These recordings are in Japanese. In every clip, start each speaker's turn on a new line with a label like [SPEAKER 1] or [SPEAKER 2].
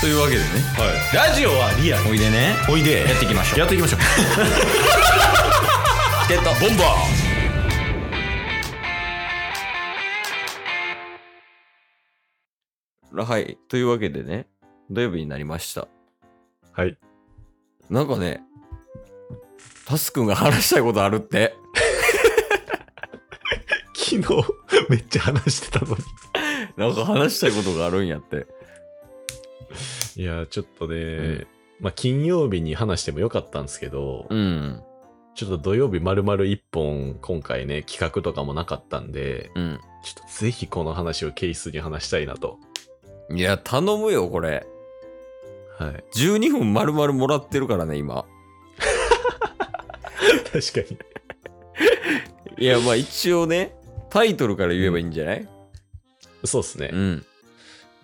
[SPEAKER 1] というわけでね
[SPEAKER 2] ラジオはリアル
[SPEAKER 1] おいでね
[SPEAKER 2] おいで
[SPEAKER 1] やっていきましょう
[SPEAKER 2] やっていきましょう
[SPEAKER 1] チケットボンバーはい。というわけでね、土曜日になりました。
[SPEAKER 2] はい
[SPEAKER 1] なんかね、タスくんが話したいことあるって。
[SPEAKER 2] 昨日めっちゃ話してたのに
[SPEAKER 1] なんか話したいことがあるんやって。
[SPEAKER 2] いやちょっとね、
[SPEAKER 1] ん
[SPEAKER 2] まあ金曜日に話してもよかったんですけど、
[SPEAKER 1] うん。
[SPEAKER 2] ちょっと土曜日丸々一本今回ね企画とかもなかったんで
[SPEAKER 1] うん。
[SPEAKER 2] ちょっとぜひこの話をケースに話したいなと
[SPEAKER 1] いや、頼むよ、これ。
[SPEAKER 2] はい
[SPEAKER 1] 12分丸々もらってるからね、今。
[SPEAKER 2] 確かに
[SPEAKER 1] いや、まあ一応ね、タイトルから言えばいいんじゃない
[SPEAKER 2] そうですね、
[SPEAKER 1] うん。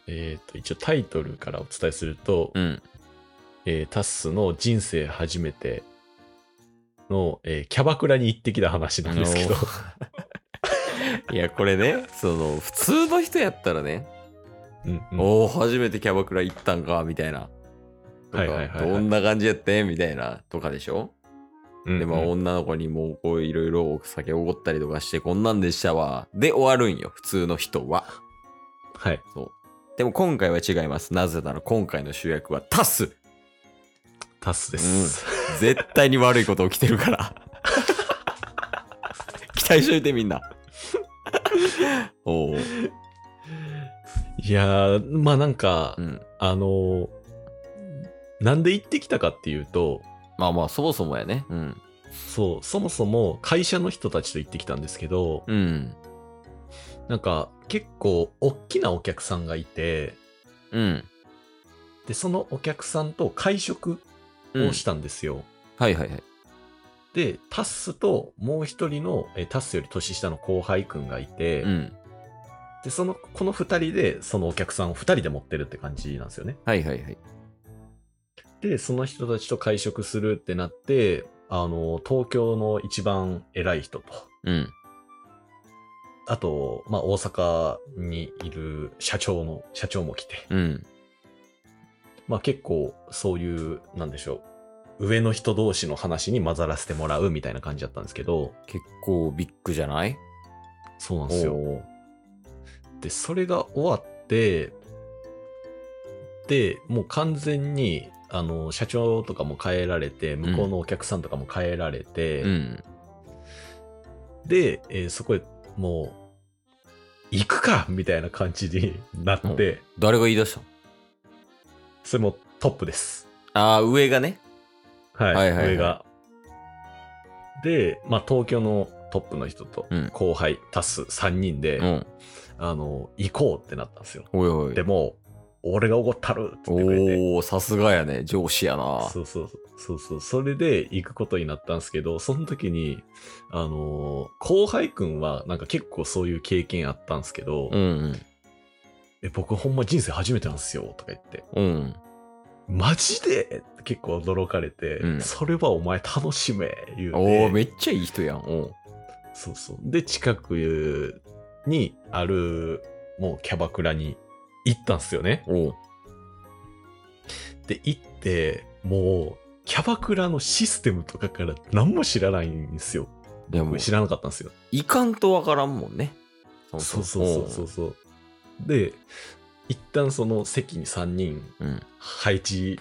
[SPEAKER 2] えっ、と一応タイトルからお伝えすると、
[SPEAKER 1] うん。
[SPEAKER 2] えータッスの人生初めての、えーキャバクラに行ってきた話なんですけど
[SPEAKER 1] あのいや、これね、その、普通の人やったらね、
[SPEAKER 2] うんうん
[SPEAKER 1] おお初めてキャバクラ行ったんかみたいなとか、
[SPEAKER 2] はいはいはいはい
[SPEAKER 1] どんな感じやってみたいなとかでしょ、
[SPEAKER 2] うんうん
[SPEAKER 1] でまあ女の子にもうこういろいろお酒おごったりとかしてこんなんでしたわで終わるんよ普通の人は
[SPEAKER 2] はい
[SPEAKER 1] でも今回は違いますなぜなら今回の主役はタス
[SPEAKER 2] タッスです、
[SPEAKER 1] 絶対に悪いこと起きてるから 期待しといてみん なおお
[SPEAKER 2] いやーまあなんか、
[SPEAKER 1] うん
[SPEAKER 2] あのーなんで行ってきたかっていうと
[SPEAKER 1] まあまあそもそもやねうん
[SPEAKER 2] そうそもそも会社の人たちと行ってきたんですけど
[SPEAKER 1] うん
[SPEAKER 2] なんか結構大きなお客さんがいて
[SPEAKER 1] うん
[SPEAKER 2] でそのお客さんと会食
[SPEAKER 1] うん
[SPEAKER 2] をしたんですよ、
[SPEAKER 1] はいはいはい
[SPEAKER 2] で、タッスともう一人の、えータッスより年下の後輩くんがいて、
[SPEAKER 1] うん
[SPEAKER 2] で、その、この二人で、そのお客さんを二人で持ってるって感じなんですよね。
[SPEAKER 1] はいはいはい
[SPEAKER 2] で、その人たちと会食するってなって、あの、東京の一番偉い人と、
[SPEAKER 1] うん
[SPEAKER 2] あと、まあ、大阪にいる社長の、社長も来て、
[SPEAKER 1] うん。
[SPEAKER 2] まあ、結構、そういう、なんでしょう、上の人同士の話に混ざらせてもらうみたいな感じだったんですけど、
[SPEAKER 1] 結構ビッグじゃない
[SPEAKER 2] そうなん
[SPEAKER 1] お
[SPEAKER 2] ですよ。
[SPEAKER 1] ー
[SPEAKER 2] でそれが終わってでもう完全にあの社長とかも変えられて向こうのお客さんとかも変えられて、
[SPEAKER 1] うん。
[SPEAKER 2] で、えーそこへもう行くか みたいな感じになって、
[SPEAKER 1] 誰が言い出したの
[SPEAKER 2] それもトップです
[SPEAKER 1] ああ、上がね。
[SPEAKER 2] はい,、
[SPEAKER 1] はいはいはい
[SPEAKER 2] 上がで、まあ、東京のトップの人と
[SPEAKER 1] うん
[SPEAKER 2] 後輩足す3人で、
[SPEAKER 1] うん。
[SPEAKER 2] あの行こうってなったんですよ
[SPEAKER 1] おいおい
[SPEAKER 2] で。も俺がおごったるって言ってくれて
[SPEAKER 1] おおさすがやね。上司やな。
[SPEAKER 2] そうそうそうそうそれで行くことになったんですけどその時にあのー後輩くんはなんか結構そういう経験あったんですけど、
[SPEAKER 1] うんうん。
[SPEAKER 2] え僕ほんま人生初めてなんですよとか言って
[SPEAKER 1] うん。
[SPEAKER 2] マジでって結構驚かれて、
[SPEAKER 1] うん
[SPEAKER 2] それはお前楽しめ言う
[SPEAKER 1] おおめ
[SPEAKER 2] て
[SPEAKER 1] っちゃいい人やん。お
[SPEAKER 2] そうそうで近くにあるもうキャバクラに行ったんですよね
[SPEAKER 1] おお
[SPEAKER 2] で行ってもうキャバクラのシステムとかから何も知らないんですよ
[SPEAKER 1] でも
[SPEAKER 2] 僕
[SPEAKER 1] う、
[SPEAKER 2] 知らなかったんですよ
[SPEAKER 1] いかんとわからんもんね。そ
[SPEAKER 2] そうそうそうそう
[SPEAKER 1] う
[SPEAKER 2] そう。で、一旦その席に3人
[SPEAKER 1] おう。うん。
[SPEAKER 2] 配置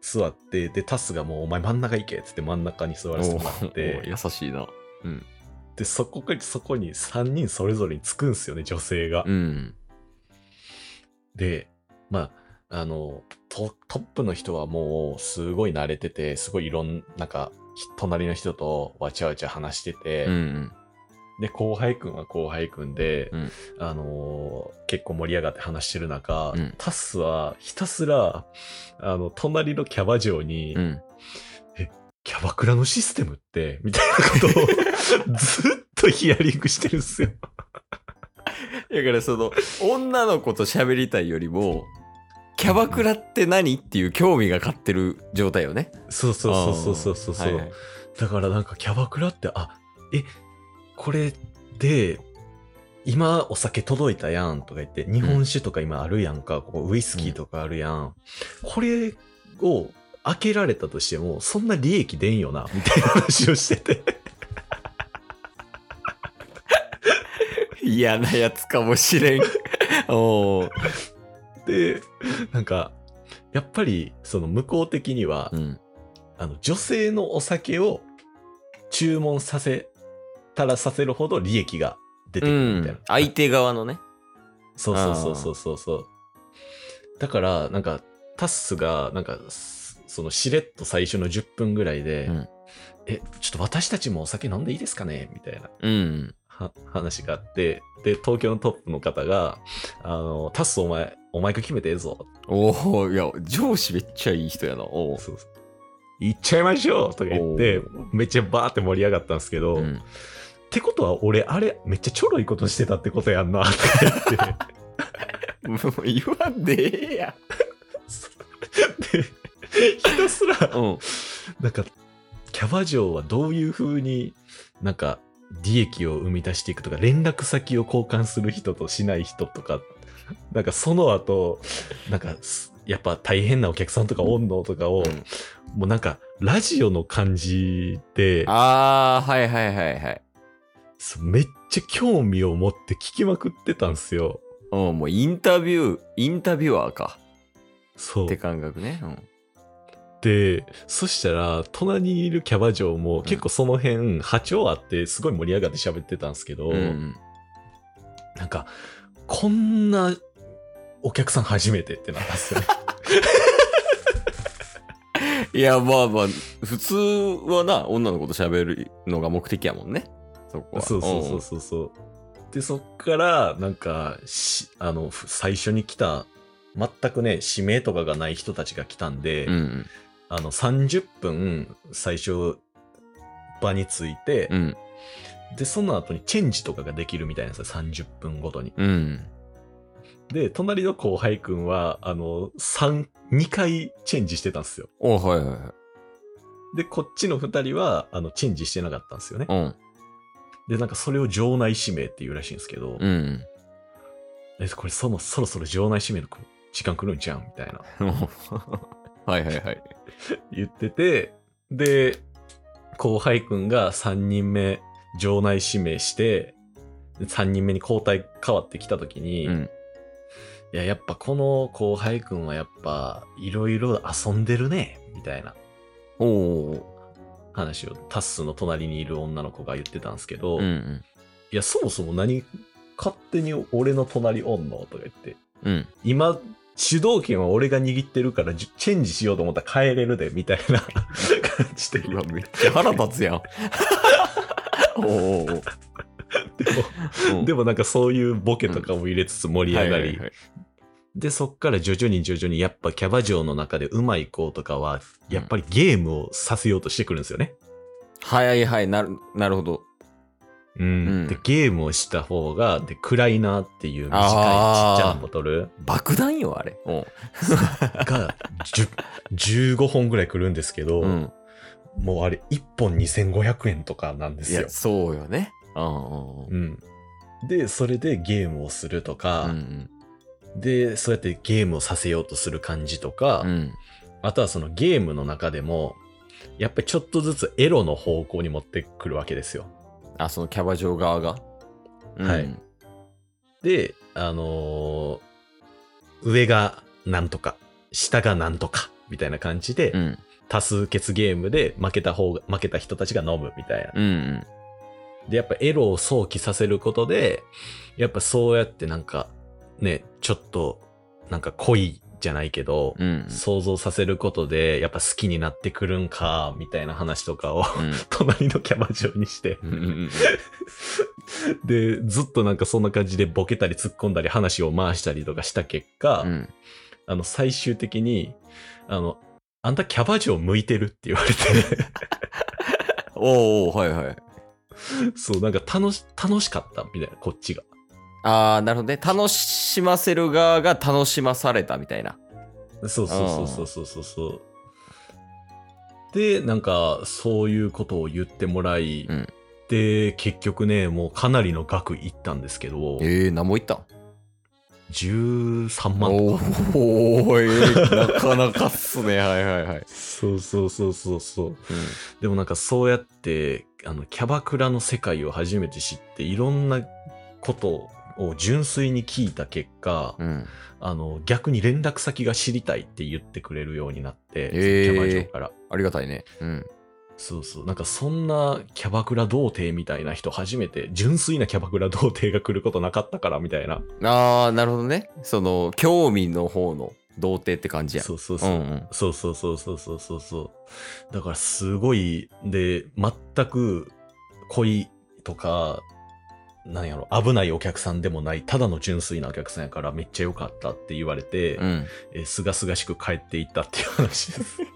[SPEAKER 2] 座って、で、タスがもうお前真ん中行けっつって真ん中に座らせてもらっ
[SPEAKER 1] おう
[SPEAKER 2] て、
[SPEAKER 1] 優しいな。
[SPEAKER 2] で、そこかそこに3人それぞれにつくんすよね、女性が。
[SPEAKER 1] うん。
[SPEAKER 2] で、まあ、あのト、トップの人はもうすごい慣れてて、すごいいろんなんか、隣の人とわちゃわちゃ話してて、
[SPEAKER 1] うんうん。
[SPEAKER 2] で、後輩くんは後輩くんで、
[SPEAKER 1] うん
[SPEAKER 2] あのー結構盛り上がって話してる中、
[SPEAKER 1] うん
[SPEAKER 2] タスはひたすら、あの、隣のキャバ嬢に、
[SPEAKER 1] うん。
[SPEAKER 2] キャバクラのシステムって、みたいなことを ずっとヒアリングしてるんですよ。
[SPEAKER 1] だからその、女の子と喋りたいよりも、キャバクラって何っていう興味が勝ってる状態よね。
[SPEAKER 2] そうそうそうそうそうそうそう、
[SPEAKER 1] あーはいはい
[SPEAKER 2] だからなんかキャバクラって、あ、え、これで、今お酒届いたやんとか言って、日本酒とか今あるやんか、ここウイスキーとかあるやん。これを開けられたとしても、そんな利益出んよな、みたいな話をしてて。
[SPEAKER 1] 嫌なやつかもしれん。 おー
[SPEAKER 2] で、なんか、やっぱり、その向こう的には、
[SPEAKER 1] うん。
[SPEAKER 2] あの、女性のお酒を注文させたらさせるほど利益が出て
[SPEAKER 1] う
[SPEAKER 2] くるみたいな。
[SPEAKER 1] ん。相手側のね。
[SPEAKER 2] そうそうそうそうそうそう。だから、なんか、タスが、なんか、すそのしれっと最初の10分ぐらいで、
[SPEAKER 1] うん
[SPEAKER 2] え、ちょっと私たちもお酒飲んでいいですかねみたいな
[SPEAKER 1] うん。
[SPEAKER 2] は話があって、で、東京のトップの方が、あの、タスお前、お前が決めてええぞ。
[SPEAKER 1] おおいや、上司めっちゃいい人やな。おー
[SPEAKER 2] そうそう行っちゃいましょうとか言って
[SPEAKER 1] おー、
[SPEAKER 2] めっちゃバーって盛り上がったんですけど、
[SPEAKER 1] う
[SPEAKER 2] っ
[SPEAKER 1] ん
[SPEAKER 2] てことは俺、あれ、めっちゃちょろいことしてたってこと やんな、とか言って。
[SPEAKER 1] もう言わんでええや
[SPEAKER 2] でひたすら、
[SPEAKER 1] ん。うん。
[SPEAKER 2] なんか、キャバ嬢はどういう風になんか、利益を生み出していくとか、連絡先を交換する人としない人とか、なんかその後、なんかす、やっぱ大変なお客さんとかおんのとかを、
[SPEAKER 1] うん
[SPEAKER 2] もうなんか、ラジオの感じで、
[SPEAKER 1] あー、はいはいはいはい。
[SPEAKER 2] そうめっちゃ興味を持って聞きまくってたんすよ。
[SPEAKER 1] うん、もうインタビュー、インタビュアーか。
[SPEAKER 2] そう。
[SPEAKER 1] って感覚ね。うん。
[SPEAKER 2] で、そしたら、隣にいるキャバ嬢も結構その辺、波長あって、すごい盛り上がって喋ってたんすけど、
[SPEAKER 1] うん
[SPEAKER 2] なんか、こんなお客さん初めてってなった んですよね。
[SPEAKER 1] いや、まあまあ、普通はな、女の子と喋るのが目的やもんね。そこは。
[SPEAKER 2] そうそうそうそうそう。で、そっから、なんか、しあの、ふ最初に来た、全くね、指名とかがない人たちが来たんで、
[SPEAKER 1] うん。うん。
[SPEAKER 2] あの、30分、最初、場について、
[SPEAKER 1] うん。
[SPEAKER 2] で、その後にチェンジとかができるみたいなんですよ、30分ごとに。
[SPEAKER 1] うん。
[SPEAKER 2] で、隣の後輩くんは、あの、3、2回チェンジしてたんですよ。
[SPEAKER 1] おはいはいはい。
[SPEAKER 2] で、こっちの2人は、あの、チェンジしてなかったんですよね。
[SPEAKER 1] うん。
[SPEAKER 2] で、なんかそれを場内指名っていうらしいんですけど、
[SPEAKER 1] うん。
[SPEAKER 2] え、これそもそろそろ場内指名の時間来るんじゃんみたいな
[SPEAKER 1] はいはいはい。
[SPEAKER 2] 言ってて、で、後輩くんが3人目場内指名して、3人目に交代変わってきた時に、
[SPEAKER 1] うん。
[SPEAKER 2] いや、やっぱこの後輩くんはやっぱいろいろ遊んでるね、みたいな
[SPEAKER 1] おお。
[SPEAKER 2] 話をタッスの隣にいる女の子が言ってたんですけ
[SPEAKER 1] う
[SPEAKER 2] ど、
[SPEAKER 1] んう
[SPEAKER 2] い
[SPEAKER 1] ん。
[SPEAKER 2] や、そもそも何勝手に俺の隣おんのとか言って、
[SPEAKER 1] うん。
[SPEAKER 2] 今、主導権は俺が握ってるから、じチェンジしようと思ったら変えれるで、みたいな感じで。
[SPEAKER 1] う
[SPEAKER 2] で
[SPEAKER 1] わ、めっちゃ腹立つ やん。おお。
[SPEAKER 2] も、でもなんかそういうボケとかも入れつつ盛り上が
[SPEAKER 1] は
[SPEAKER 2] り。
[SPEAKER 1] いはいはい
[SPEAKER 2] で、そっから徐々に徐々に、やっぱキャバ嬢の中で上手い子とかは、やっぱりゲームをさせようとしてくるんですよね。
[SPEAKER 1] はいはいはい、なる、なるほど。
[SPEAKER 2] うん。
[SPEAKER 1] うん
[SPEAKER 2] で、ゲームをした方が、で、暗いなっていう短いちっ
[SPEAKER 1] あー
[SPEAKER 2] ちゃなボトル
[SPEAKER 1] 爆弾よ、あれ。うん。
[SPEAKER 2] が、10 15本ぐらい来るんですけど、
[SPEAKER 1] うん。
[SPEAKER 2] もうあれ1本2500円とかなんで
[SPEAKER 1] い
[SPEAKER 2] すよ
[SPEAKER 1] や、。そうよね。うんうんうん
[SPEAKER 2] うん。で、それでゲームをするとか、
[SPEAKER 1] うん
[SPEAKER 2] で、そうやってゲームをさせようとする感じとか、
[SPEAKER 1] うん。うん。
[SPEAKER 2] あとはそのゲームの中でも、やっぱりちょっとずつエロの方向に持ってくるわけですよ。
[SPEAKER 1] あ、そのキャバ嬢側が。
[SPEAKER 2] はい
[SPEAKER 1] うん。
[SPEAKER 2] で、あのー上がなんとか、下がなんとか、みたいな感じで、
[SPEAKER 1] うん。
[SPEAKER 2] 多数決ゲームで負けた方が、負けた人たちが飲むみたいな。
[SPEAKER 1] うんうん。
[SPEAKER 2] で、やっぱエロを想起させることで、やっぱそうやってなんか、ね、ちょっと、なんか恋じゃないけど、
[SPEAKER 1] うん
[SPEAKER 2] 想像させることで、やっぱ好きになってくるんか、みたいな話とかを、
[SPEAKER 1] う ん
[SPEAKER 2] 隣のキャバ嬢にして、
[SPEAKER 1] うんうん
[SPEAKER 2] で、ずっとなんかそんな感じでボケたり突っ込んだり話を回したりとかした結果、
[SPEAKER 1] うんうん。
[SPEAKER 2] あの、最終的に、あの、あんたキャバ嬢向いてるって言われて、
[SPEAKER 1] おうおうはいはい。
[SPEAKER 2] そう、なんか楽し、楽しかったみたいな、こっちが。
[SPEAKER 1] ああ、なるほどね。楽しませる側が楽しまされたみたいな。
[SPEAKER 2] そうそうそうそうそうそうそう。で、なんか、そういうことを言ってもらい、
[SPEAKER 1] うん
[SPEAKER 2] で、結局ね、もうかなりの額いったんですけど、
[SPEAKER 1] ええー、何も言ったん
[SPEAKER 2] 13万と
[SPEAKER 1] お
[SPEAKER 2] か。
[SPEAKER 1] おい、なかなかっすね。はいはいはい。
[SPEAKER 2] そうそうそうそうそう。でもなんかそうやって、あの、キャバクラの世界を初めて知って、いろんなことを純粋に聞いた結果、
[SPEAKER 1] うん。うん、
[SPEAKER 2] あの、逆に連絡先が知りたいって言ってくれるようになって、
[SPEAKER 1] えー
[SPEAKER 2] キャバ嬢から。
[SPEAKER 1] ありがたいね。うん。
[SPEAKER 2] そうそう。なんかそんなキャバクラ童貞みたいな人初めて、純粋なキャバクラ童貞が来ることなかったからみたいな。
[SPEAKER 1] ああ、なるほどね。その、興味の方の童貞って感じや。
[SPEAKER 2] そうそうそう。
[SPEAKER 1] うんうん
[SPEAKER 2] そうそうそうそうそうそうそう。だからすごい、で、全く恋とか、なんやろ、危ないお客さんでもない、ただの純粋なお客さんやからめっちゃ良かったって言われて、
[SPEAKER 1] うん。
[SPEAKER 2] えーすがすがしく帰っていったっていう話です。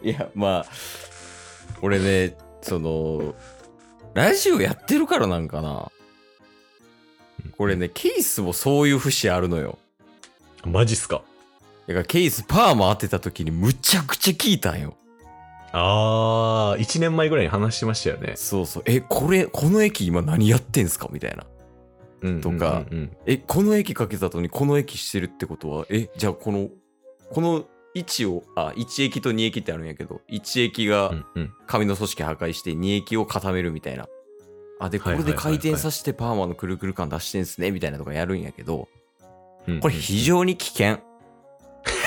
[SPEAKER 1] いや、まあ、俺ね、その、ラジオやってるからなんかな。これね、ケースもそういう節あるのよ。
[SPEAKER 2] マジっすか
[SPEAKER 1] だからケースパーマ当てた時にむちゃくちゃ聞いたんよ。
[SPEAKER 2] あー、1年前ぐらいに話してましたよね。
[SPEAKER 1] そうそう。え、これ、この駅今何やってんすかみたいな。
[SPEAKER 2] うん
[SPEAKER 1] とか
[SPEAKER 2] うんうん
[SPEAKER 1] えこの駅かけた後にこの駅してるってことはえじゃあこのこの位置をあ1駅と2駅ってあるんやけど1駅
[SPEAKER 2] う
[SPEAKER 1] が
[SPEAKER 2] んうん
[SPEAKER 1] 紙の組織破壊して2駅を固めるみたいなあでこ
[SPEAKER 2] はい
[SPEAKER 1] れ
[SPEAKER 2] はい
[SPEAKER 1] で
[SPEAKER 2] はいはい
[SPEAKER 1] 回転させてパーマのくるくる感出してんすねみたいなとかやるんやけど
[SPEAKER 2] うんうん
[SPEAKER 1] これ非常に危険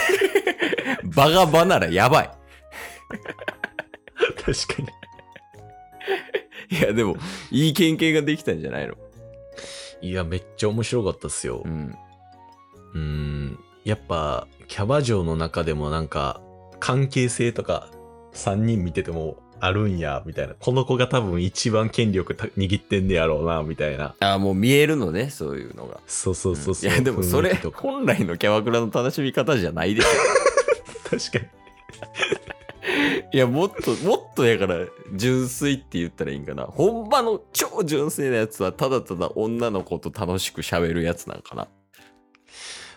[SPEAKER 1] 場が場ならやばい
[SPEAKER 2] 確かに。
[SPEAKER 1] いやでもいい経験ができたんじゃないの
[SPEAKER 2] いや、めっちゃ面白かったっすよ。
[SPEAKER 1] うん
[SPEAKER 2] うーんやっぱキャバ嬢の中でもなんか関係性とか3人見ててもあるんやみたいなこの子が多分一番権力た握ってんねやろうなみたいな
[SPEAKER 1] あもう見えるのねそういうのが
[SPEAKER 2] そうそうそうそう、
[SPEAKER 1] いやでもそれ
[SPEAKER 2] 雰囲気とか
[SPEAKER 1] 本来のキャバクラの楽しみ方じゃないでしょ
[SPEAKER 2] 確かに
[SPEAKER 1] いや、もっと、もっとやから、純粋って言ったらいいんかな。ほんまの超純粋なやつは、ただただ女の子と楽しく喋るやつなんかな。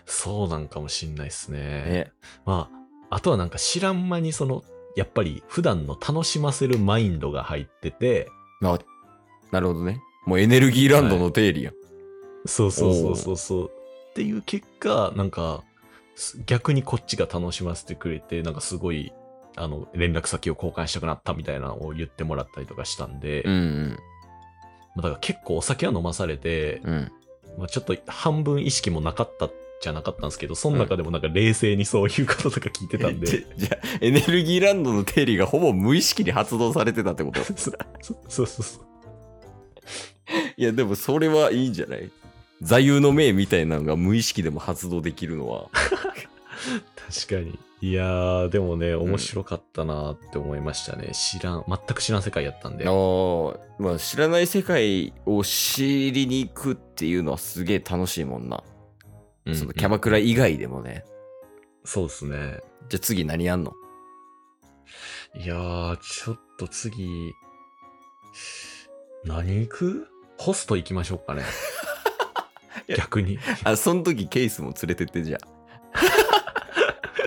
[SPEAKER 2] そうなんかもしんないっすね
[SPEAKER 1] ね。
[SPEAKER 2] まああとはなんか知らん間にそのやっぱり普段の楽しませるマインドが入ってて
[SPEAKER 1] あなるほどね。もうエネルギーランドの定理やん。
[SPEAKER 2] そうそうそうそうそう。っていう結果、なんか、す逆にこっちが楽しませてくれて、なんかすごい、あの、連絡先を交換したくなったみたいなのを言ってもらったりとかしたんで、
[SPEAKER 1] うん
[SPEAKER 2] まあだから結構お酒は飲まされて、
[SPEAKER 1] うん。うん。
[SPEAKER 2] まあ、ちょっと半分意識もなかったじゃなかったんですけど、その中でもなんか冷静にそういうこととか聞いてたんで、
[SPEAKER 1] じゃじゃあエネルギーランドの定理がほぼ無意識に発動されてたってこと
[SPEAKER 2] そそうそうそう。
[SPEAKER 1] いや、でもそれはいいんじゃない座右の銘みたいなのが無意識でも発動できるのは。
[SPEAKER 2] 確かに。いやー、でもね、面白かったなーって思いましたね。知らん、全く知らん世界やったんで。
[SPEAKER 1] ああ、まあ知らない世界を知りに行くっていうのはすげえ楽しいもんな。
[SPEAKER 2] うん
[SPEAKER 1] そのキャバクラ以外でもね。
[SPEAKER 2] そうですね。
[SPEAKER 1] じゃあ次何やんの。
[SPEAKER 2] いやー、ちょっと次、何行くホスト行きましょ うかね
[SPEAKER 1] いや
[SPEAKER 2] 逆に。
[SPEAKER 1] あ、その時ケースも連れてってじゃ